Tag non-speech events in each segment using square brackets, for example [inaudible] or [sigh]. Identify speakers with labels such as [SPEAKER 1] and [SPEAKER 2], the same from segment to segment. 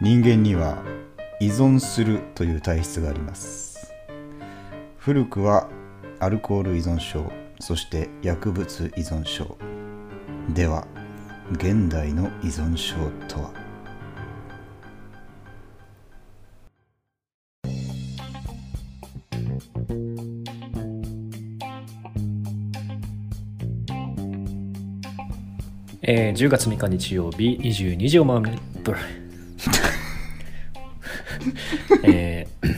[SPEAKER 1] 人間には依存するという体質があります古くはアルコール依存症そして薬物依存症では現代の依存症とは
[SPEAKER 2] えー、10月3日日曜日22時を回る。ブルえー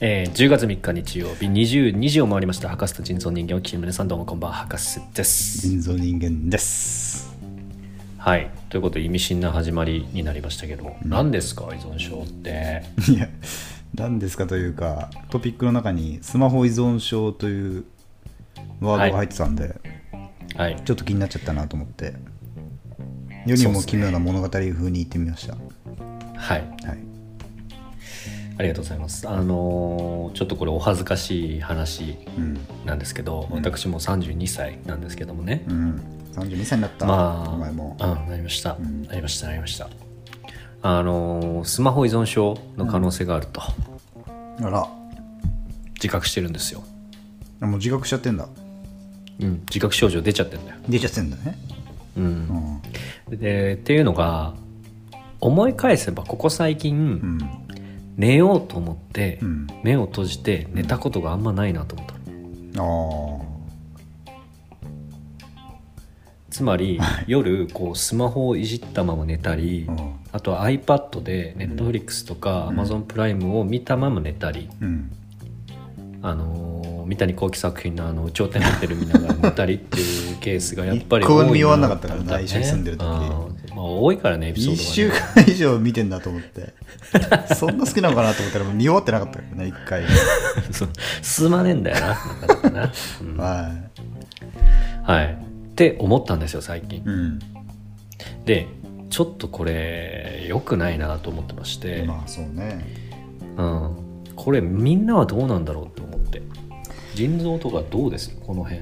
[SPEAKER 2] えー、10月3日日曜日22時を回りました博士と人造人間を聞いて皆さんどうもこんばんは博士です
[SPEAKER 1] 人造人間です [laughs]
[SPEAKER 2] はいということで意味深な始まりになりましたけど、何ですか依存症って
[SPEAKER 1] いや何ですかというかトピックの中にスマホ依存症というワードが入ってたんで、
[SPEAKER 2] はい
[SPEAKER 1] ちょっと気になっちゃったなと思って世にも奇妙な物語風に言ってみました、
[SPEAKER 2] はい
[SPEAKER 1] はい
[SPEAKER 2] ありがとうございますあのーちょっとこれお恥ずかしい話
[SPEAKER 1] うん
[SPEAKER 2] なんですけど、私も32歳なんですけどもね、
[SPEAKER 1] うん32歳になった、
[SPEAKER 2] まあ、
[SPEAKER 1] お前も
[SPEAKER 2] うん、なりました、なりましたなりましたあのースマホ依存症の可能性があると
[SPEAKER 1] あら
[SPEAKER 2] 自覚してるんですよ、
[SPEAKER 1] もう自覚しちゃってんだ
[SPEAKER 2] うん、自覚症状出ちゃってるんだよ、
[SPEAKER 1] 出ちゃってんだね
[SPEAKER 2] う、
[SPEAKER 1] うんん
[SPEAKER 2] でっていうのが思い返せばここ最近、
[SPEAKER 1] うん
[SPEAKER 2] 寝ようと思って、
[SPEAKER 1] うん
[SPEAKER 2] 目を閉じて寝たことがあんまないなと思ったの、
[SPEAKER 1] ああ
[SPEAKER 2] つまり夜こうスマホをいじったまま寝たり、
[SPEAKER 1] うん
[SPEAKER 2] あとは iPad で Netflix とか Amazon プライムを見たまま寝たり、
[SPEAKER 1] うん
[SPEAKER 2] あのー三谷幸喜作品のあの「有頂天ホテル」見ながら寝たりっていうケースがやっぱり
[SPEAKER 1] 一向
[SPEAKER 2] 多い
[SPEAKER 1] に
[SPEAKER 2] な
[SPEAKER 1] 見終わんなかったからな
[SPEAKER 2] ね
[SPEAKER 1] 一緒に住んでる時
[SPEAKER 2] うんまあ、多いからねエピソ
[SPEAKER 1] 1
[SPEAKER 2] ー
[SPEAKER 1] 週
[SPEAKER 2] ドが、ね、
[SPEAKER 1] 間以上見てんだと思って [laughs] そんな好きなのかなと思ったらもう見終わってなかったからね1回
[SPEAKER 2] そう進まねえんだよななかなか
[SPEAKER 1] [laughs]
[SPEAKER 2] な、うん
[SPEAKER 1] は
[SPEAKER 2] はいって思ったんですよ最近
[SPEAKER 1] いうん
[SPEAKER 2] でちょっとこれ良くないなと思ってまして、
[SPEAKER 1] まあそうね
[SPEAKER 2] うん、これみんなはどうなんだろうって思って腎臓とかどうですこの辺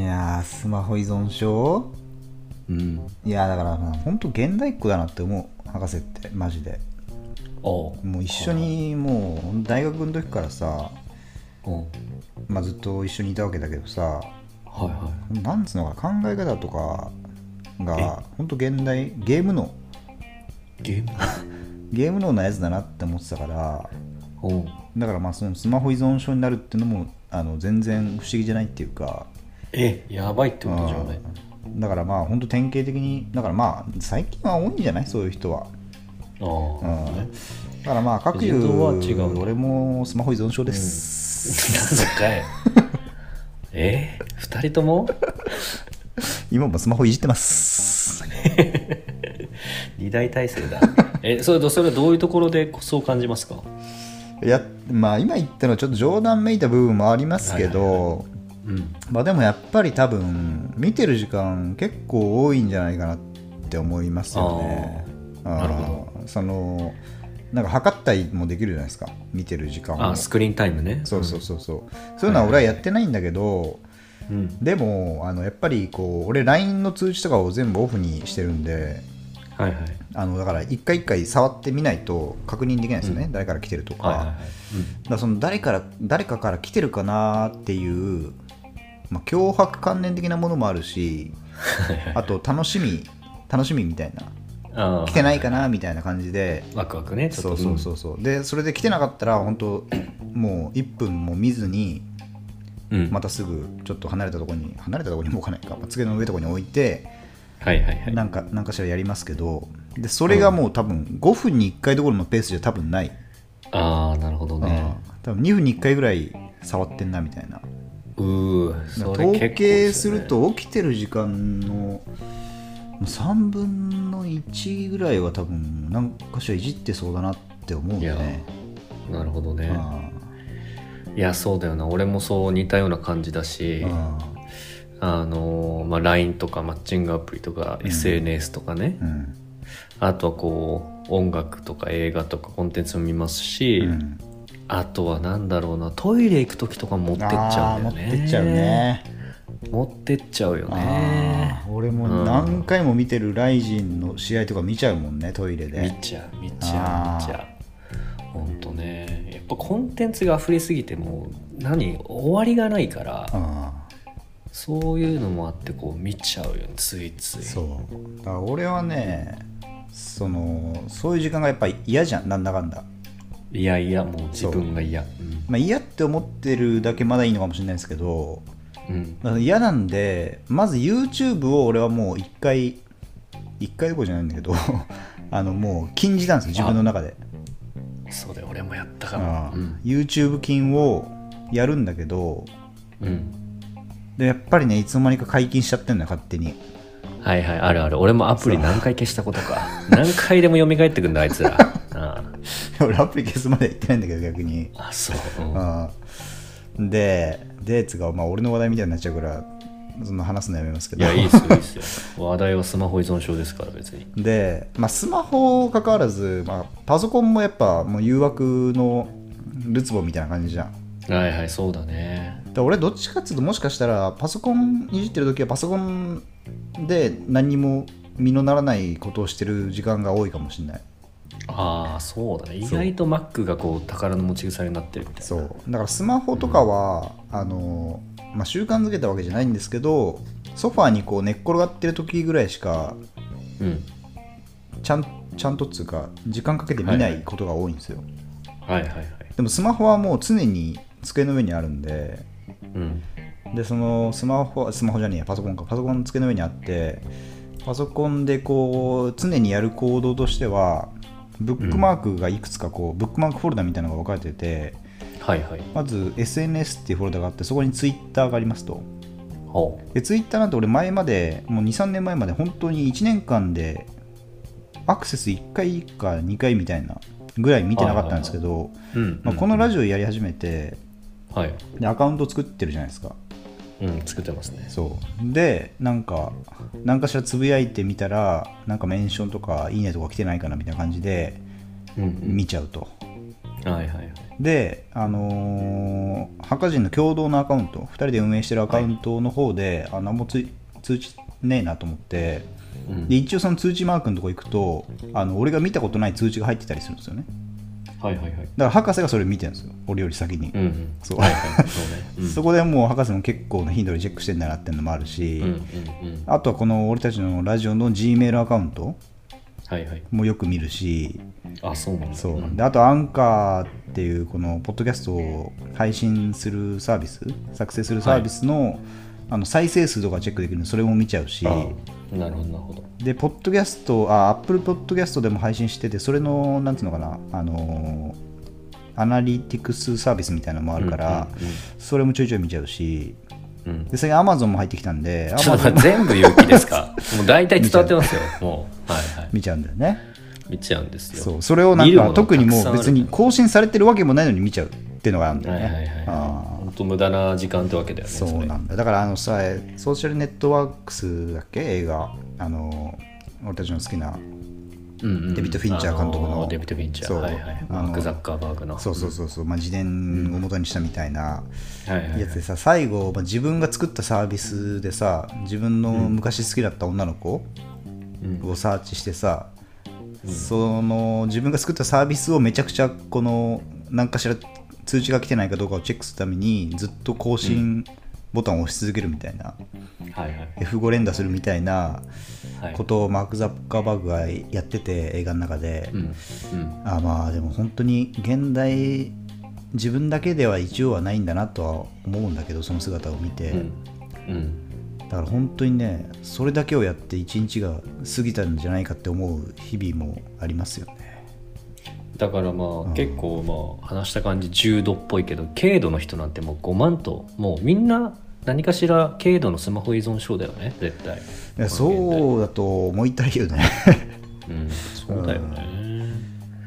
[SPEAKER 1] いやースマホ依存症
[SPEAKER 2] うん
[SPEAKER 1] いやーだから本当現代っ子だなって思う博士ってマジで
[SPEAKER 2] おう
[SPEAKER 1] もう一緒にもう大学の時からさ、
[SPEAKER 2] うんはい
[SPEAKER 1] まあ、ずっと一緒にいたわけだけどさ
[SPEAKER 2] は
[SPEAKER 1] なんつうのかな考え方とかが本当現代ゲームの
[SPEAKER 2] いゲーム
[SPEAKER 1] ゲーム脳なやつだなって思ってたから
[SPEAKER 2] おう
[SPEAKER 1] だからまあそのスマホ依存症になるっていうのもあの全然不思議じゃないっていうか
[SPEAKER 2] えやばいってことじゃない
[SPEAKER 1] うんだからまあ本当典型的にだからまあ最近は多いんじゃないそういう人は、
[SPEAKER 2] あ
[SPEAKER 1] う
[SPEAKER 2] あ、
[SPEAKER 1] ん、だからまあ各有
[SPEAKER 2] 自動は違う
[SPEAKER 1] 俺もスマホ依存症です、
[SPEAKER 2] なんかいえ二人とも
[SPEAKER 1] 今もスマホいじってます
[SPEAKER 2] 二大体制だえそれとそれはどういうところでそう感じますか
[SPEAKER 1] いやまあ今言ったのはちょっと冗談めいた部分もありますけど、
[SPEAKER 2] うん
[SPEAKER 1] まあでもやっぱり多分見てる時間結構多いんじゃないかなって思いますよね。
[SPEAKER 2] ーなるほ
[SPEAKER 1] どそのなんか測ったりもできるじゃないですか見てる時間を
[SPEAKER 2] あスクリーンタイムね
[SPEAKER 1] そうそうそうそう、そういうのは俺はやってないんだけど、
[SPEAKER 2] うん
[SPEAKER 1] でもあのやっぱりこう俺 LINE の通知とかを全部オフにしてるんで
[SPEAKER 2] はいはい
[SPEAKER 1] あのだから一回一回触ってみないと確認できないですよね、誰から来てるとか,、
[SPEAKER 2] はいはいは
[SPEAKER 1] だからその誰から誰かから来てるかなっていう、まあ、脅迫観念的なものもあるし
[SPEAKER 2] いうん
[SPEAKER 1] あと楽しみ楽しみみたいな
[SPEAKER 2] ああ
[SPEAKER 1] 来てないかなみたいな感じで
[SPEAKER 2] ワクワクねちょっと
[SPEAKER 1] そうそうそうそうでそれで来てなかったら本当もう1分も見ずに
[SPEAKER 2] うん、うん
[SPEAKER 1] またすぐちょっと離れたところに離れたところにも置かないか、まあ机の上とかに置いて
[SPEAKER 2] はいはいはい
[SPEAKER 1] なんかなんかしらやりますけどでそれがもう多分5分に1回どころのペースじゃ多分ない、
[SPEAKER 2] ああなるほどね
[SPEAKER 1] うん多分2分に1回ぐらい触ってんなみたいな
[SPEAKER 2] うーそれ結構
[SPEAKER 1] 統計す
[SPEAKER 2] で
[SPEAKER 1] る
[SPEAKER 2] ね
[SPEAKER 1] と起きてる時間の3分の1ぐらいは多分何かしらいじってそうだなって思うん
[SPEAKER 2] い
[SPEAKER 1] だ
[SPEAKER 2] や
[SPEAKER 1] よね。
[SPEAKER 2] なるほどね
[SPEAKER 1] あ
[SPEAKER 2] いやそうだよな俺もそう似たような感じだし
[SPEAKER 1] ああ
[SPEAKER 2] あのーまあ、LINE とかマッチングアプリとか SNS とかね、
[SPEAKER 1] あうん
[SPEAKER 2] あとはこう音楽とか映画とかコンテンツも見ますし、
[SPEAKER 1] うん
[SPEAKER 2] あとはなんだろうなトイレ行く時とか持ってっちゃ
[SPEAKER 1] あ
[SPEAKER 2] う
[SPEAKER 1] ー
[SPEAKER 2] んだ
[SPEAKER 1] 持
[SPEAKER 2] よ
[SPEAKER 1] っ
[SPEAKER 2] ね
[SPEAKER 1] てっちゃうね。
[SPEAKER 2] 持ってっちゃうよ
[SPEAKER 1] あ
[SPEAKER 2] ね
[SPEAKER 1] ー俺も何回も見てるライジンの試合とか見ちゃうもんねトイレ
[SPEAKER 2] 見
[SPEAKER 1] で
[SPEAKER 2] ちゃう見ちゃ
[SPEAKER 1] あー
[SPEAKER 2] う見ちゃうほんとねやっぱコンテンツが溢れすぎてもう何終わりがないから
[SPEAKER 1] ああ
[SPEAKER 2] そういうのもあってこう見ちゃうよねついつい
[SPEAKER 1] そうだから俺はねそのそういう時間がやっぱり嫌じゃんなんだかんだ、
[SPEAKER 2] いやいやもう自分が嫌うん
[SPEAKER 1] まあ、嫌って思ってるだけまだいいのかもしれないですけど
[SPEAKER 2] うん
[SPEAKER 1] だから嫌なんでまず YouTube を俺はもう一回一回どころじゃないんだけど [laughs] あのもう禁じたんですよ自分の中で
[SPEAKER 2] そうだよ俺もやったか
[SPEAKER 1] あ
[SPEAKER 2] ら
[SPEAKER 1] あ
[SPEAKER 2] うん、
[SPEAKER 1] YouTube 禁をやるんだけど
[SPEAKER 2] うん、
[SPEAKER 1] でやっぱりねいつの間にか解禁しちゃってんだよ勝手に [laughs]
[SPEAKER 2] はいはいあるある俺もアプリ何回消したことか何回でも蘇ってくんだあい [laughs] つらあ
[SPEAKER 1] 俺アプリ消すまで行ってないんだけど逆に
[SPEAKER 2] ああそう、うん
[SPEAKER 1] ああででつうか、まあ、俺の話題みたいになっちゃうからその話すのやめますけ
[SPEAKER 2] い
[SPEAKER 1] ど
[SPEAKER 2] やいいっすよいいっすよ話題はスマホ依存症ですから別に
[SPEAKER 1] [laughs] で、まあ、スマホ関わらず、まあ、パソコンもやっぱもう誘惑のるつぼみたいな感じじゃん
[SPEAKER 2] はいはいそうだね
[SPEAKER 1] だから俺どっちかっつうともしかしたらパソコンいじってる時はパソコンで何にも身のならないことをしてる時間が多いかもしれない
[SPEAKER 2] ああそうだね意
[SPEAKER 1] そう
[SPEAKER 2] 外と Mac がこう宝の持ち腐れになってるみたいな
[SPEAKER 1] そうだからスマホとかは、あのまあ、習慣づけたわけじゃないんですけどソファーにこう寝っ転がってる時ぐらいしか
[SPEAKER 2] うん
[SPEAKER 1] ちゃんちゃんとっつうか時間かけて見ないことが多いんですよ、
[SPEAKER 2] はいはいはい
[SPEAKER 1] でもスマホはもう常に机の上にあるんで
[SPEAKER 2] うん
[SPEAKER 1] でそのスマホスマホじゃねえやパソコンかパソコンの机の上にあってパソコンでこう常にやる行動としてはブックマークがいくつかこう、ブックマークフォルダみたいなのが分かれてて
[SPEAKER 2] はいはい
[SPEAKER 1] まず SNS っていうフォルダがあってそこに Twitter がありますと
[SPEAKER 2] ほう
[SPEAKER 1] で Twitter なんて俺前までもう23年前まで本当に1年間でアクセス1回か2回みたいなぐらい見てなかったんですけど、
[SPEAKER 2] うん
[SPEAKER 1] まあ、このラジオやり始めて
[SPEAKER 2] オはい、
[SPEAKER 1] でアカウント作ってるじゃないですか
[SPEAKER 2] うん、作ってますね
[SPEAKER 1] そうでなんか何かしらつぶやいてみたらなんかメンションとかいいねとか来てないかなみたいな感じで
[SPEAKER 2] うん
[SPEAKER 1] 見ちゃうと
[SPEAKER 2] うんはいはいはい
[SPEAKER 1] であのーハッカ人の共同のアカウント2人で運営してるアカウントの方で、あ何もつ通知ねえなと思って
[SPEAKER 2] うん
[SPEAKER 1] で一応その通知マークのとこ行くとあの俺が見たことない通知が入ってたりするんですよね
[SPEAKER 2] はいはいはい
[SPEAKER 1] だから博士がそれ見てるんですよ俺より先に、
[SPEAKER 2] うん
[SPEAKER 1] [laughs]
[SPEAKER 2] うん
[SPEAKER 1] そう
[SPEAKER 2] はいはいそうねうん
[SPEAKER 1] そこでもう博士も結構な頻度でチェックしてんだなっていうのもあるし、
[SPEAKER 2] うんうんうん
[SPEAKER 1] あとはこの俺たちのラジオの G メールアカウント
[SPEAKER 2] はいはい
[SPEAKER 1] もよく見るし
[SPEAKER 2] あそうなんだ
[SPEAKER 1] そう、
[SPEAKER 2] ん
[SPEAKER 1] であとアンカーっていうこのポッドキャストを配信するサービス作成するサービスの,、あの再生数とかチェックできるのでそれも見ちゃうし
[SPEAKER 2] あなるほどなるほど
[SPEAKER 1] でポッドキャストあアップルポッドキャストでも配信しててそれのなんていうのかなあのーアナリティクスサービスみたいなのもあるから、それもちょいちょい見ちゃうし
[SPEAKER 2] うん
[SPEAKER 1] で最近アマゾンも入ってきたんでア
[SPEAKER 2] [laughs] ち
[SPEAKER 1] マ
[SPEAKER 2] ょっと
[SPEAKER 1] ゾ
[SPEAKER 2] 待
[SPEAKER 1] ン
[SPEAKER 2] って全部勇気ですかもう大体伝わってますよもうはいはい
[SPEAKER 1] 見ちゃうんだよね
[SPEAKER 2] 見ちゃうんですよ
[SPEAKER 1] そうそれをな
[SPEAKER 2] 見
[SPEAKER 1] ん
[SPEAKER 2] るもの
[SPEAKER 1] か特にもう別に
[SPEAKER 2] たく
[SPEAKER 1] 更新されてるわけもないのに見ちゃうっていうのがあるんだ
[SPEAKER 2] さん
[SPEAKER 1] よね、
[SPEAKER 2] あるはいはいはい
[SPEAKER 1] あー
[SPEAKER 2] 本当無駄な時間ってわけだよね
[SPEAKER 1] そ
[SPEAKER 2] れ
[SPEAKER 1] うなんだだからあのさソーシャルネットワークスだっけ映画あの俺たちの好きな
[SPEAKER 2] うんうんうん
[SPEAKER 1] デビッドフィンチャー監督の
[SPEAKER 2] あデビッド・フィンチャー
[SPEAKER 1] そう
[SPEAKER 2] はいはい
[SPEAKER 1] あの
[SPEAKER 2] マーク・ザッカーバーグの
[SPEAKER 1] そうそうそうそう、まあ、自伝を元にしたみたいな
[SPEAKER 2] はいはいはい
[SPEAKER 1] やつでさ最後、まあ、自分が作ったサービスでさ自分の昔好きだった女の子
[SPEAKER 2] うん
[SPEAKER 1] をサーチしてさ、その自分が作ったサービスをめちゃくちゃこの何かしら通知が来てないかどうかをチェックするためにずっと更新ボタンを押し続けるみたいな、
[SPEAKER 2] はいはい
[SPEAKER 1] F5 連打するみたいな
[SPEAKER 2] はい
[SPEAKER 1] ことをマーク・ザッカーバーグがやってて映画の中で、
[SPEAKER 2] うんうん
[SPEAKER 1] あまあでも本当に現代自分だけでは一応はないんだなとは思うんだけどその姿を見て、
[SPEAKER 2] うん
[SPEAKER 1] だから本当にねそれだけをやって一日が過ぎたんじゃないかって思う日々もありますよね
[SPEAKER 2] だからまあ、結構まあ話した感じ重度っぽいけど軽度の人なんてもう5万ともうみんな何かしら軽度のスマホ依存症だよね絶対
[SPEAKER 1] いやそうだと思いたいよ
[SPEAKER 2] [laughs]
[SPEAKER 1] ね
[SPEAKER 2] うんそうだよね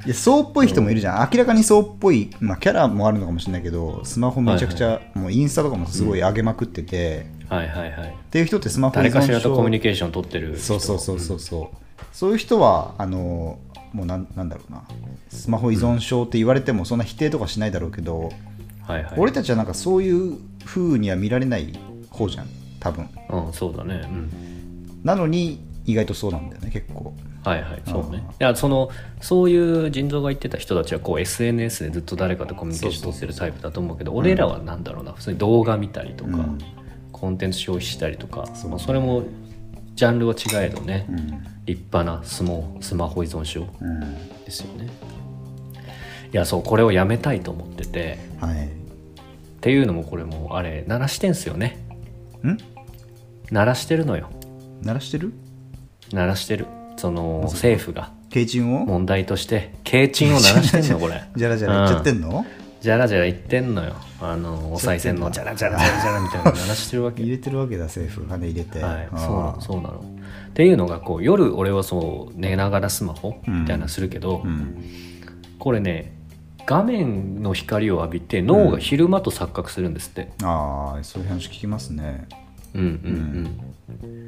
[SPEAKER 1] いやそうっぽい人もいるじゃん明らかにそうっぽい、まあ、キャラもあるのかもしれないけどスマホめちゃくちゃ、もうインスタとかもすごい上げまくってて、
[SPEAKER 2] はいはいはい
[SPEAKER 1] っていう人ってスマホ依
[SPEAKER 2] 誰
[SPEAKER 1] 存
[SPEAKER 2] かしらと
[SPEAKER 1] 症
[SPEAKER 2] コミュニケーション取ってる人
[SPEAKER 1] そうそうそうそうそう、そういう人はあのもうなんなんだろうなスマホ依存症って言われてもそんな否定とかしないだろうけど、
[SPEAKER 2] はいはい
[SPEAKER 1] 俺たちはなんかそういう風には見られない方じゃん多分
[SPEAKER 2] うんそうだねうん
[SPEAKER 1] なのに意外とそうなんだよね結構
[SPEAKER 2] はいはいそう
[SPEAKER 1] うん
[SPEAKER 2] ねいやそのそういう腎臓が言ってた人たちはこう SNS でずっと誰かとコミュニケーション取ってるタイプだと思うけど俺らはなんだろうな普通に動画見たりとか、
[SPEAKER 1] うん
[SPEAKER 2] コンテンツ消費したりとか
[SPEAKER 1] そう
[SPEAKER 2] まあそれもジャンルは違えどね、
[SPEAKER 1] うん
[SPEAKER 2] 立派なスモスマホ依存症
[SPEAKER 1] うん
[SPEAKER 2] ですよねいやそうこれをやめたいと思ってて
[SPEAKER 1] はい
[SPEAKER 2] っていうのもこれもうあれ鳴らしてんすよね
[SPEAKER 1] ん
[SPEAKER 2] 鳴らしてるのよ
[SPEAKER 1] 鳴らしてる
[SPEAKER 2] 鳴らしてるその政府が
[SPEAKER 1] 軽チンを
[SPEAKER 2] 問題として軽鎮を鳴らしてんのこれ
[SPEAKER 1] [laughs] じゃらじゃらいっちゃってんの、
[SPEAKER 2] じゃらじゃら言ってんのよあのお賽銭のじゃらじゃらじゃらじゃらみたいなの鳴らしてるわけ
[SPEAKER 1] 入れてるわけだ政府金入れて、
[SPEAKER 2] はい、
[SPEAKER 1] あ
[SPEAKER 2] そ
[SPEAKER 1] ー
[SPEAKER 2] うなのそうなのっていうのがこう夜俺はそう寝ながらスマホみたいなのするけど、
[SPEAKER 1] うん
[SPEAKER 2] これね画面の光を浴びて脳が昼間と錯覚するんですって、
[SPEAKER 1] ああそういう話聞きますね
[SPEAKER 2] うん、うんうん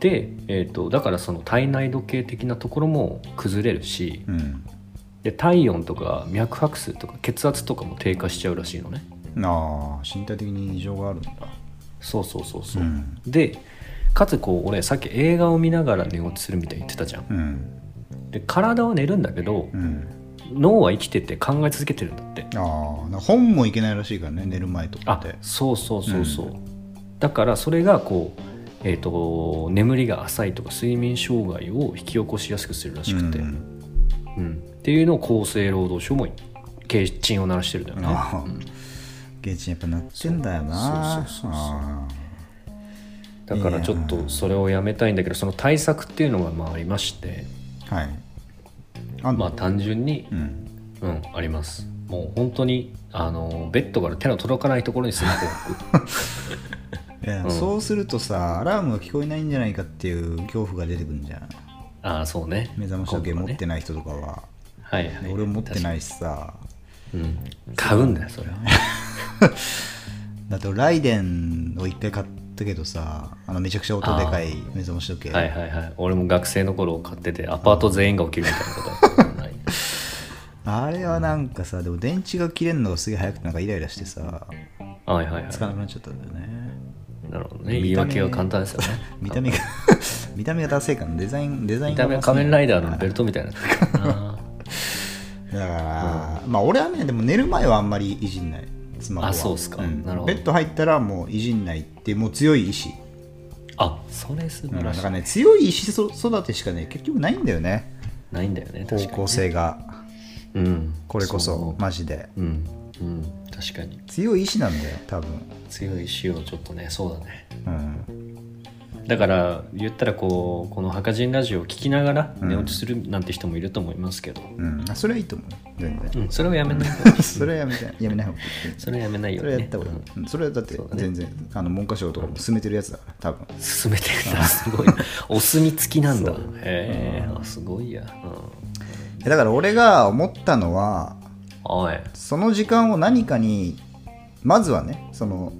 [SPEAKER 2] で、えー、とだからその体内時計的なところも崩れるし
[SPEAKER 1] うん
[SPEAKER 2] で体温とか脈拍数とか血圧とかも低下しちゃうらしいのね
[SPEAKER 1] ああ身体的に異常があるんだ
[SPEAKER 2] そうそうそうそうう、
[SPEAKER 1] ん
[SPEAKER 2] でかつこう俺さっき映画を見ながら寝落ちするみたいに言ってたじゃん
[SPEAKER 1] うん
[SPEAKER 2] で体は寝るんだけど
[SPEAKER 1] うん
[SPEAKER 2] 脳は生きてて考え続けてるんだって
[SPEAKER 1] ああ本もいけないらしいからね寝る前とか
[SPEAKER 2] あ
[SPEAKER 1] って
[SPEAKER 2] そうそうそうそう、だからそれがこうえー、と眠りが浅いとか睡眠障害を引き起こしやすくするらしくて、
[SPEAKER 1] う
[SPEAKER 2] うん
[SPEAKER 1] ん
[SPEAKER 2] っていうのを厚生労働省も警鎮を鳴らしてるんだよね
[SPEAKER 1] ああ
[SPEAKER 2] うん
[SPEAKER 1] ケイチンやっぱ鳴ってんだよな
[SPEAKER 2] そうそうそうそう
[SPEAKER 1] あ
[SPEAKER 2] だからちょっとそれをやめたいんだけどその対策っていうのがまあありまして
[SPEAKER 1] あはいあんの
[SPEAKER 2] まあ単純に
[SPEAKER 1] う、ん
[SPEAKER 2] うん、ありますもう本当にあのベッドから手の届かないところにスマホ
[SPEAKER 1] [laughs]
[SPEAKER 2] を置く
[SPEAKER 1] いや
[SPEAKER 2] うん
[SPEAKER 1] そうするとさアラームが聞こえないんじゃないかっていう恐怖が出てくるんじゃん
[SPEAKER 2] ああそうね
[SPEAKER 1] 目覚まし時計持って
[SPEAKER 2] な
[SPEAKER 1] な
[SPEAKER 2] い、
[SPEAKER 1] い人とかは、
[SPEAKER 2] はいはい、
[SPEAKER 1] 俺持って
[SPEAKER 2] い、
[SPEAKER 1] ないしさ
[SPEAKER 2] うん、買うんだよそれは
[SPEAKER 1] だって俺ライデンを一回買ったけどさあのめちゃくちゃ音でかい目覚まし時計、
[SPEAKER 2] はいはいはい俺も学生の頃買っててアパート全員が起きるみたいなことはあったことない
[SPEAKER 1] あれはなんかさでも電池が切れるのがすげえ早くてなんかイライラしてさ
[SPEAKER 2] はいはいはい
[SPEAKER 1] つかなくなっちゃったんだよね
[SPEAKER 2] なるほどね言い訳は簡単ですよね
[SPEAKER 1] 見た目が [laughs] 見た目がダセいからデザインデザイン
[SPEAKER 2] 見
[SPEAKER 1] が
[SPEAKER 2] た目は仮面ライダーのベルトみたいなあ
[SPEAKER 1] だから、まあ俺はねでも寝る前はあんまりいじんないスマホは
[SPEAKER 2] あそうっすか
[SPEAKER 1] ん
[SPEAKER 2] なるほど
[SPEAKER 1] ベッド入ったらもういじんないっていうもう強い意志
[SPEAKER 2] ーあそれ
[SPEAKER 1] う
[SPEAKER 2] 素
[SPEAKER 1] ん
[SPEAKER 2] 晴
[SPEAKER 1] だ
[SPEAKER 2] らし
[SPEAKER 1] か
[SPEAKER 2] い
[SPEAKER 1] らね強い意志そ育てしかね結局ないんだよね
[SPEAKER 2] ないんだよね確
[SPEAKER 1] 方
[SPEAKER 2] かに
[SPEAKER 1] 向性が
[SPEAKER 2] うん
[SPEAKER 1] これこそ
[SPEAKER 2] う
[SPEAKER 1] マジで
[SPEAKER 2] うんうん確かに
[SPEAKER 1] 強い意志なんだよ多分
[SPEAKER 2] 強い意志をちょっとねそうだね
[SPEAKER 1] うん
[SPEAKER 2] だから言ったらこうこの「墓人ラジオ」を聞きながら寝落ちするなんて人もいると思いますけど、
[SPEAKER 1] うんあそれはいいと思うよ全
[SPEAKER 2] [laughs]
[SPEAKER 1] 然、
[SPEAKER 2] うんそれはやめない方が
[SPEAKER 1] それはやめないやめない方がいい
[SPEAKER 2] それはやめないよ
[SPEAKER 1] そうれは
[SPEAKER 2] にね
[SPEAKER 1] やった方がいい、うんそれはだって
[SPEAKER 2] そうだね
[SPEAKER 1] 全然、あの文科省とかも進めてるやつだから多分
[SPEAKER 2] 進めてるんだすごいなお墨付きなんだ
[SPEAKER 1] そう
[SPEAKER 2] へえあすごいや、うん、
[SPEAKER 1] いやだから俺が思ったのは
[SPEAKER 2] おい
[SPEAKER 1] その時間を何かにまずはねその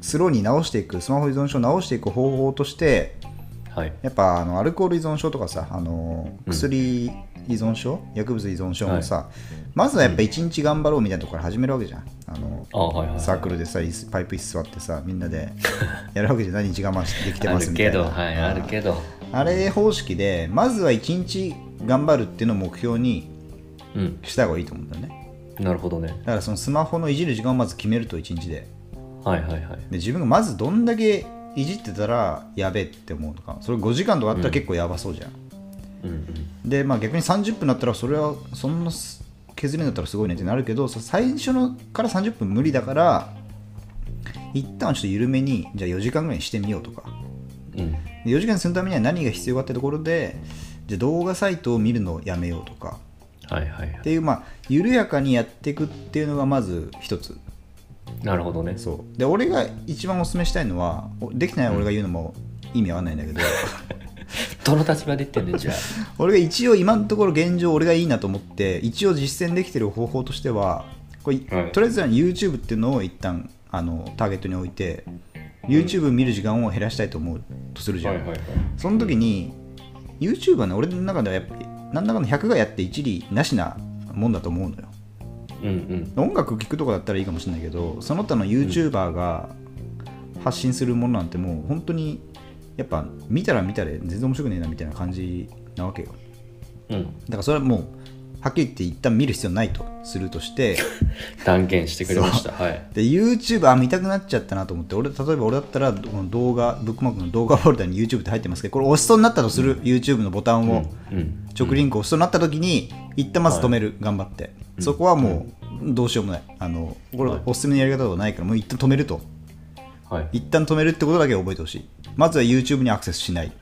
[SPEAKER 1] スローに直していくスマホ依存症を直していく方法として
[SPEAKER 2] はい
[SPEAKER 1] やっぱあのアルコール依存症とかさあの
[SPEAKER 2] うん
[SPEAKER 1] 薬依存症、薬物依存症もさ、まずはやっぱ一日頑張ろうみたいなところから始めるわけじゃんあの
[SPEAKER 2] あはいはい
[SPEAKER 1] サークルでさ椅子パイプ椅子座ってさみんな
[SPEAKER 2] [laughs]
[SPEAKER 1] でやるわけじゃん何日我慢してできてま
[SPEAKER 2] あ
[SPEAKER 1] す
[SPEAKER 2] る
[SPEAKER 1] みた
[SPEAKER 2] け
[SPEAKER 1] いな
[SPEAKER 2] どはいあるけど
[SPEAKER 1] あれ方式でまずは一日頑張るっていうのを目標に
[SPEAKER 2] うん
[SPEAKER 1] した方がいいと思うんだよね
[SPEAKER 2] なるほどね
[SPEAKER 1] だからそのスマホのいじる時間をまず決めると一日で
[SPEAKER 2] はいはいはい
[SPEAKER 1] で自分がまずどんだけいじってたらやべえって思うとかそれ5時間とかあったら結構やばそうじゃん、
[SPEAKER 2] うんうん
[SPEAKER 1] でまあ逆に30分だったらそれはそんなす削れんだったらすごいねってなるけどさ最初のから30分無理だから一旦ちょっと緩めにじゃあ4時間ぐらいにしてみようとか
[SPEAKER 2] うん
[SPEAKER 1] で4時間にするためには何が必要かってところでじゃあ動画サイトを見るのをやめようとか
[SPEAKER 2] はいはいは
[SPEAKER 1] っていうまあ緩やかにやっていくっていうのがまず一つ
[SPEAKER 2] いなるほどね
[SPEAKER 1] そうで俺が一番おすすめしたいのはおできてない俺が言うのも意味わかんないんだけど [laughs]
[SPEAKER 2] どの立場で言ってんねんじゃ
[SPEAKER 1] 俺が一応今のところ現状俺がいいなと思って一応実践できてる方法としてはこれ、
[SPEAKER 2] はい
[SPEAKER 1] とりあえず YouTube っていうのを一旦あのターゲットに置いて YouTube 見る時間を減らしたいと思うとするじ
[SPEAKER 2] あ
[SPEAKER 1] ゃん、
[SPEAKER 2] [laughs] はいはいはい
[SPEAKER 1] その時に YouTube はね俺の中ではやっぱり何らかの100がやって一理なしなもんだと思うのよ
[SPEAKER 2] うんうん
[SPEAKER 1] 音楽聴くとかだったらいいかもしれないけどその他の YouTuber が、発信するものなんてもう本当にやっぱ見たら見たで全然面白くねえなみたいな感じなわけよ
[SPEAKER 2] うん
[SPEAKER 1] だからそれはもうはっきり言って一旦見る必要ないとするとして
[SPEAKER 2] [laughs] 断言してくれましたはい
[SPEAKER 1] で YouTube あ見たくなっちゃったなと思って俺例えば俺だったらこの動画ブックマークの動画フォルダに YouTube って入ってますけどこれ押しそうになったとする、YouTube のボタンを、
[SPEAKER 2] うん
[SPEAKER 1] 直リンク押しそうになった時に一旦まず止める、頑張ってそこはもうどうしようもないあのこれ
[SPEAKER 2] はい
[SPEAKER 1] おすすめのやり方はないからもう一旦止めると
[SPEAKER 2] はい
[SPEAKER 1] 一旦止めるってことだけ覚えてほしいまずは YouTube にアクセスしない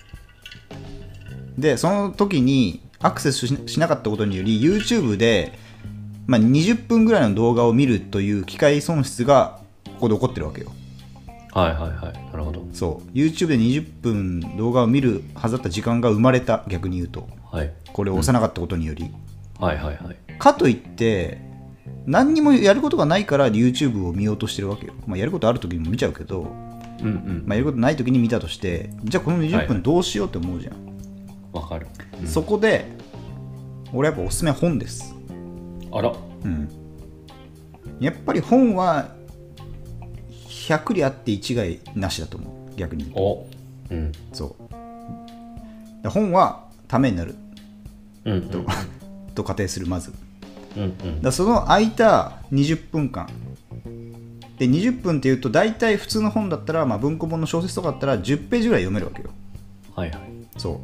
[SPEAKER 1] でその時にアクセスししなかったことにより YouTube で、まあ、20分ぐらいの動画を見るという機会損失がここで起こってるわけよ
[SPEAKER 2] はいはいはいなるほど
[SPEAKER 1] そう YouTube で20分動画を見るはずだった時間が生まれた逆に言うと
[SPEAKER 2] はい
[SPEAKER 1] これを押さなかったことにより、
[SPEAKER 2] はいはいはい
[SPEAKER 1] かといって何にもやることがないから YouTube を見ようとしてるわけよ、まあ、やることある時にも見ちゃうけど、
[SPEAKER 2] うんうん
[SPEAKER 1] まあ、やることない時に見たとしてじゃあこの
[SPEAKER 2] は
[SPEAKER 1] 20
[SPEAKER 2] い
[SPEAKER 1] 分どうしようって思うじゃん、
[SPEAKER 2] わかる、うん
[SPEAKER 1] そこで俺やっぱおすすめは本です、
[SPEAKER 2] あら
[SPEAKER 1] うん、やっぱり本は100里あって一害なしだと思う逆に
[SPEAKER 2] おうん
[SPEAKER 1] そうだ本はためになる
[SPEAKER 2] うんうん
[SPEAKER 1] とと仮定するまず
[SPEAKER 2] うんうん
[SPEAKER 1] だからその空いた20分間で20分っていうと大体普通の本だったら、まあ、文庫本の小説とかだったら10ページぐらい読めるわけよ
[SPEAKER 2] はいはい
[SPEAKER 1] そ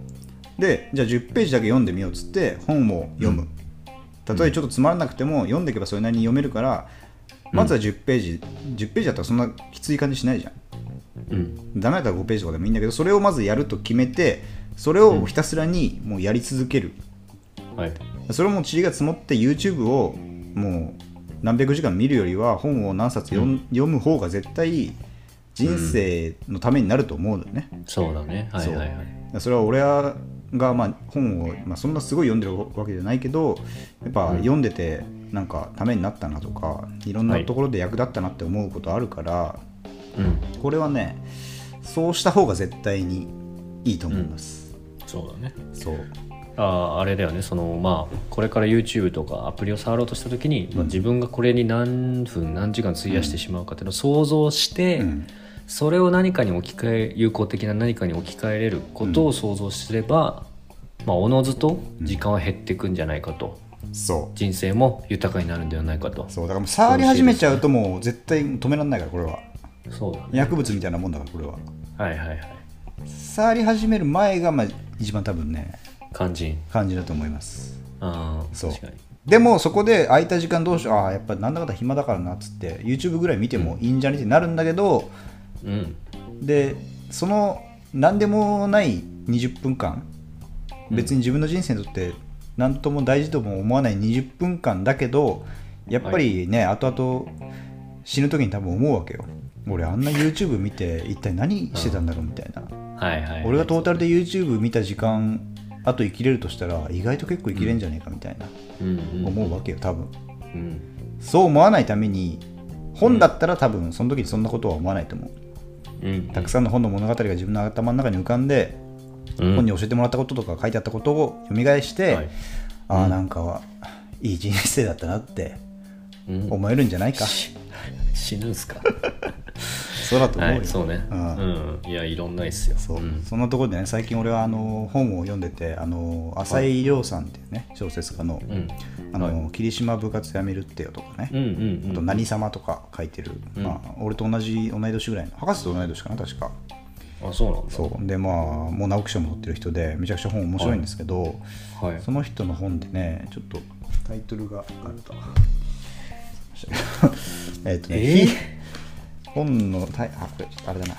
[SPEAKER 1] うでじゃあ10ページだけ読んでみようっつって本を読むたとえちょっとつまらなくても読んでいけばそれなりに読めるからまずは10ページ10ページだったらそんなきつい感じしないじゃん
[SPEAKER 2] うん
[SPEAKER 1] ダメだったら5ページとかでもいいんだけどそれをまずやると決めてそれをひたすらにもうやり続ける、
[SPEAKER 2] はい
[SPEAKER 1] それも塵が積もって YouTube をもう何百時間見るよりは本を何冊読,、読む方が絶対人生のためになると思うのよね、
[SPEAKER 2] そうだねはいはいはい
[SPEAKER 1] それは俺がまあ本を、まあ、そんなすごい読んでるわけじゃないけどやっぱ
[SPEAKER 2] うん
[SPEAKER 1] 読んでてなんかためになったなとかいろんなところで役立ったなって思うことあるから、
[SPEAKER 2] うん
[SPEAKER 1] これはねそうした方が絶対にいいと思います、
[SPEAKER 2] そうだね
[SPEAKER 1] そう
[SPEAKER 2] あーあれだよねそのまあこれから YouTube とかアプリを触ろうとした時に、まあ、自分がこれに何分何時間費やしてしまうかっていうのを想像して、
[SPEAKER 1] うん
[SPEAKER 2] それを何かに置き換え有効的な何かに置き換えれることを想像すれば、まあおのずと時間は減っていくんじゃないかと、
[SPEAKER 1] そう
[SPEAKER 2] 人生も豊かになるんではないかと
[SPEAKER 1] そうだからもう触り始めちゃうともう絶対止められないからこれは
[SPEAKER 2] そうだね
[SPEAKER 1] 薬物みたいなもんだからこれは
[SPEAKER 2] はいはいはい
[SPEAKER 1] 触り始める前がまあ一番多分ね
[SPEAKER 2] 肝心
[SPEAKER 1] 感じだと思います
[SPEAKER 2] ああ
[SPEAKER 1] そう
[SPEAKER 2] 確かに
[SPEAKER 1] でもそこで空いた時間どうしようああやっぱなんだかんだ暇だからなっつって YouTube ぐらい見てもいいんじゃねってなるんだけど
[SPEAKER 2] うん
[SPEAKER 1] でその何でもない20分間別に自分の人生にとって何とも大事とも思わない20分間だけどやっぱりね、後々死ぬ時に多分思うわけよ俺あんな YouTube 見て一体何してたんだろうみたいな、
[SPEAKER 2] はいはい、はい、
[SPEAKER 1] 俺がトータルで YouTube 見た時間あと生きれるとしたら意外と結構生きれんじゃねえかみたいな、
[SPEAKER 2] うんうん
[SPEAKER 1] 思うわけよ多分
[SPEAKER 2] うん
[SPEAKER 1] そう思わないために本だったら多分その時にそんなことは思わないと思う
[SPEAKER 2] うん
[SPEAKER 1] たくさんの本の物語が自分の頭の中に浮かんで、
[SPEAKER 2] うん
[SPEAKER 1] 本に教えてもらったこととか書いてあったことを読み返して、
[SPEAKER 2] はい
[SPEAKER 1] ああなんかはいい人生だったなって
[SPEAKER 2] うん
[SPEAKER 1] 思えるんじゃないか、
[SPEAKER 2] 死ぬんすか
[SPEAKER 1] そうだと [laughs] 思う
[SPEAKER 2] は
[SPEAKER 1] よ、
[SPEAKER 2] いそうね
[SPEAKER 1] う
[SPEAKER 2] うんん、いやいろんないっすよ
[SPEAKER 1] そう
[SPEAKER 2] うん
[SPEAKER 1] そんなところでね最近俺はあの本を読んでてあの浅井亮さんっていうね小説家の「
[SPEAKER 2] うん
[SPEAKER 1] あの霧島部活やめるってよ」とかね、
[SPEAKER 2] うんうんう
[SPEAKER 1] あと「
[SPEAKER 2] ん
[SPEAKER 1] 何様」とか書いてる、
[SPEAKER 2] うん
[SPEAKER 1] まあ、俺と同じ同い年ぐらいの博士と同い年かな確か
[SPEAKER 2] あそうなんだ
[SPEAKER 1] そうでまあもう直木賞も取ってる人でめちゃくちゃ本面白いんですけど、
[SPEAKER 2] はい
[SPEAKER 1] その人の本でね、ちょっとタイトルがあると。 [laughs] えっとね、
[SPEAKER 2] えー
[SPEAKER 1] ひ本のタイ、あ、これ、あれだな。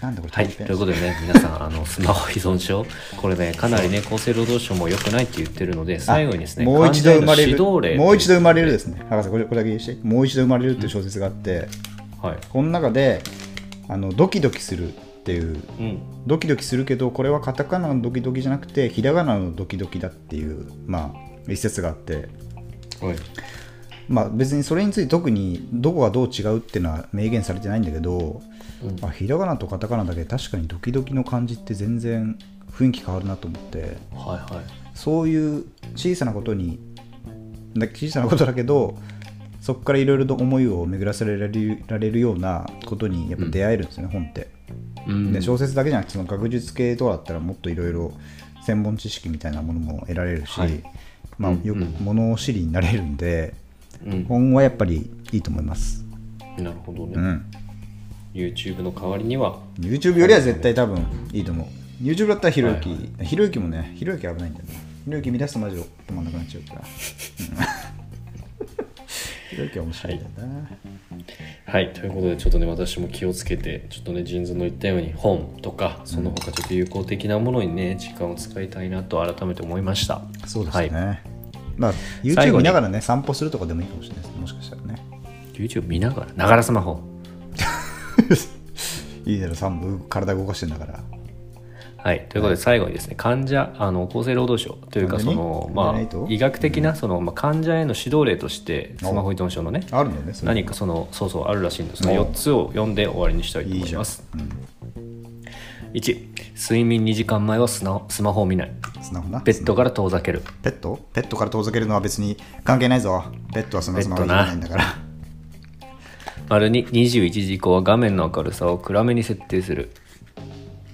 [SPEAKER 1] なんだこれ、
[SPEAKER 2] はい、
[SPEAKER 1] 短
[SPEAKER 2] と
[SPEAKER 1] 編
[SPEAKER 2] いうことでね、皆さん、あのスマホ依存症、これね、かなりね、厚生労働省も良くないって言ってるので、最後にですね、
[SPEAKER 1] もう一度生まれ
[SPEAKER 2] 患者への指導
[SPEAKER 1] る、
[SPEAKER 2] 例
[SPEAKER 1] もう一度生まれるですね。博士、これこれだけ言して、もう一度生まれるっていう小説があって、
[SPEAKER 2] はい、
[SPEAKER 1] この中で、あのドキドキするっていう、
[SPEAKER 2] うん、
[SPEAKER 1] ドキドキするけど、これはカタカナのドキドキじゃなくて、ひらがなのドキドキだっていう、まあ、一節があって、
[SPEAKER 2] はい、
[SPEAKER 1] まあ、別にそれについて特にどこがどう違うっていうのは明言されてないんだけど、
[SPEAKER 2] うん
[SPEAKER 1] あひらがなとカタカナだけ確かにドキドキの感じって全然雰囲気変わるなと思って
[SPEAKER 2] はい、はい、
[SPEAKER 1] そういう小さなことにだ小さなことだけどそこからいろいろと思いを巡らせられるられるようなことにやっぱ出会えるんですよね、本って。
[SPEAKER 2] うん
[SPEAKER 1] で小説だけじゃなくてその学術系とかだったらもっといろいろ専門知識みたいなものも得られるし、
[SPEAKER 2] はい
[SPEAKER 1] まあ、
[SPEAKER 2] うん
[SPEAKER 1] よく
[SPEAKER 2] うん
[SPEAKER 1] 物を知りになれるんで、
[SPEAKER 2] うん
[SPEAKER 1] 本はやっぱりいいと思います、
[SPEAKER 2] なるほどね、
[SPEAKER 1] うん、
[SPEAKER 2] YouTube の代わりには
[SPEAKER 1] YouTube よりは絶対多分いいと思う YouTube だったらひろゆき、
[SPEAKER 2] はい
[SPEAKER 1] ひろゆきもねひろゆき危ないんだよねひろゆき見出すとマジで止まんなくなっちゃうから、うん [laughs] ひろゆきは面白いんだよな、
[SPEAKER 2] はいということでちょっとね私も気をつけてちょっとねジーンズの言ったように本とかその他ちょっと有効的なものにね時間を使いたいなと改めて思いました
[SPEAKER 1] そうですね、
[SPEAKER 2] はい、
[SPEAKER 1] まあ
[SPEAKER 2] 最
[SPEAKER 1] YouTube
[SPEAKER 2] 後に
[SPEAKER 1] 見ながらね散歩するとかでもいいかもしれないですもしかしたらね [laughs]
[SPEAKER 2] YouTube 見ながらながらスマホ
[SPEAKER 1] いいだろ散歩体動かしてんだから
[SPEAKER 2] はい、ということで最後にですね患者あの厚生労働省というか
[SPEAKER 1] 患
[SPEAKER 2] そ
[SPEAKER 1] 者に
[SPEAKER 2] の、
[SPEAKER 1] 患者
[SPEAKER 2] ま
[SPEAKER 1] にと
[SPEAKER 2] あ、医学的なその、まあ、患者への指導例としてスマホ依存症のね
[SPEAKER 1] あるんだよねそれ
[SPEAKER 2] 何かそのそうそうあるらしいんですが
[SPEAKER 1] お
[SPEAKER 2] 4つを読んで終わりにしたいと
[SPEAKER 1] いい
[SPEAKER 2] 思い
[SPEAKER 1] じゃん、
[SPEAKER 2] ます。
[SPEAKER 1] うん、
[SPEAKER 2] 1睡眠2時間前はスナスマホを見ない
[SPEAKER 1] スマホな
[SPEAKER 2] ベッドから遠ざける
[SPEAKER 1] ペットペットから遠ざけるのは別に関係ないぞペットはそのスマホ
[SPEAKER 2] ペッ
[SPEAKER 1] じ
[SPEAKER 2] ト
[SPEAKER 1] ゃ
[SPEAKER 2] な
[SPEAKER 1] ないんだから
[SPEAKER 2] 丸に21時以降は画面の明るさを暗めに設定する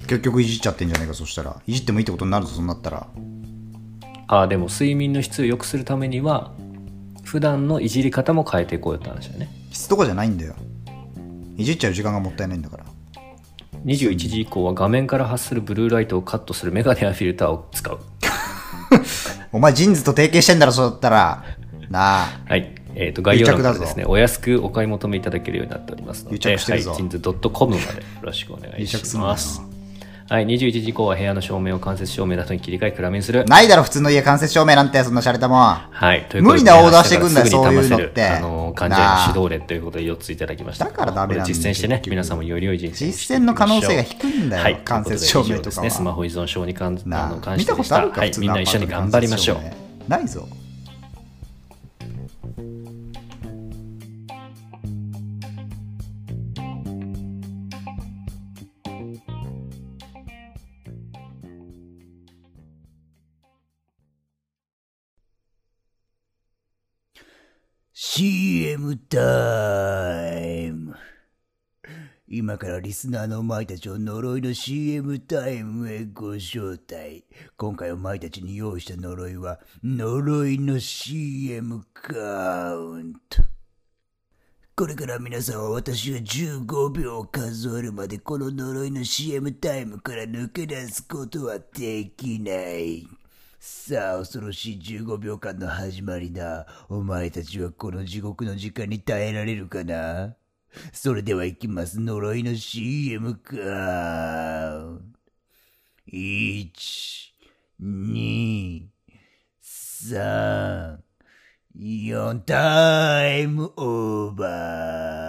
[SPEAKER 1] 結局いじっちゃってんじゃないかそしたらいじってもいいってことになるぞそんなったら
[SPEAKER 2] あーでも睡眠の質を良くするためには普段のいじり方も変えていこうよって話だね
[SPEAKER 1] 質とかじゃないんだよいじっちゃう時間がもったいないんだから
[SPEAKER 2] 21時以降は画面から発するブルーライトをカットするメガネやフィルターを使う
[SPEAKER 1] お前ジーンズと提携してんだろそうだったらなあ
[SPEAKER 2] はいえー、と概要欄から
[SPEAKER 1] 癒着だぞ
[SPEAKER 2] ですねお安くお買い求めいただけるようになっておりますので
[SPEAKER 1] 癒着してるぞ
[SPEAKER 2] はい、jeans.com までよろしくお願い
[SPEAKER 1] 癒着す
[SPEAKER 2] し
[SPEAKER 1] るんだ
[SPEAKER 2] ま
[SPEAKER 1] な
[SPEAKER 2] すはい、21時以降は部屋の照明を間接照明などに切り替え暗めにする
[SPEAKER 1] ないだろ普通の家間接照明なんてそんな洒落たもん
[SPEAKER 2] はい、という
[SPEAKER 1] 無理なオーダーしてくんだよ
[SPEAKER 2] すぐに騙せる
[SPEAKER 1] そういうのって
[SPEAKER 2] あの患者への指導例ということで4ついただきました
[SPEAKER 1] だからダメなんだよ
[SPEAKER 2] これ実践してね
[SPEAKER 1] 結局
[SPEAKER 2] 皆さんもより良い人生を
[SPEAKER 1] 実践の可能性が低いんだよ
[SPEAKER 2] はい
[SPEAKER 1] 間接照明
[SPEAKER 2] という
[SPEAKER 1] と
[SPEAKER 2] ことで以上です
[SPEAKER 1] か
[SPEAKER 2] ね
[SPEAKER 1] は
[SPEAKER 2] スマホ依存症に関あ
[SPEAKER 1] な
[SPEAKER 2] の
[SPEAKER 1] あ
[SPEAKER 2] 関
[SPEAKER 1] 見
[SPEAKER 2] して
[SPEAKER 1] た
[SPEAKER 2] で
[SPEAKER 1] こ
[SPEAKER 2] し
[SPEAKER 1] とあ
[SPEAKER 2] た
[SPEAKER 1] るか、
[SPEAKER 2] はい
[SPEAKER 1] 普通
[SPEAKER 2] みん
[SPEAKER 1] の
[SPEAKER 2] な一緒に頑張りましょう
[SPEAKER 1] アパートの間接照明ないぞ
[SPEAKER 3] 今からリスナーのお前たちを呪いの CM タイムへご招待。今回お前たちに用意した呪いは、呪いの CM カウント。これから皆さんは私が15秒を数えるまでこの呪いの CM タイムから抜け出すことはできない。さあ、恐ろしい15秒間の始まりだ。お前たちはこの地獄の時間に耐えられるかなそれでは行きます。呪いの CM か。一、二、三、四タイムオーバー。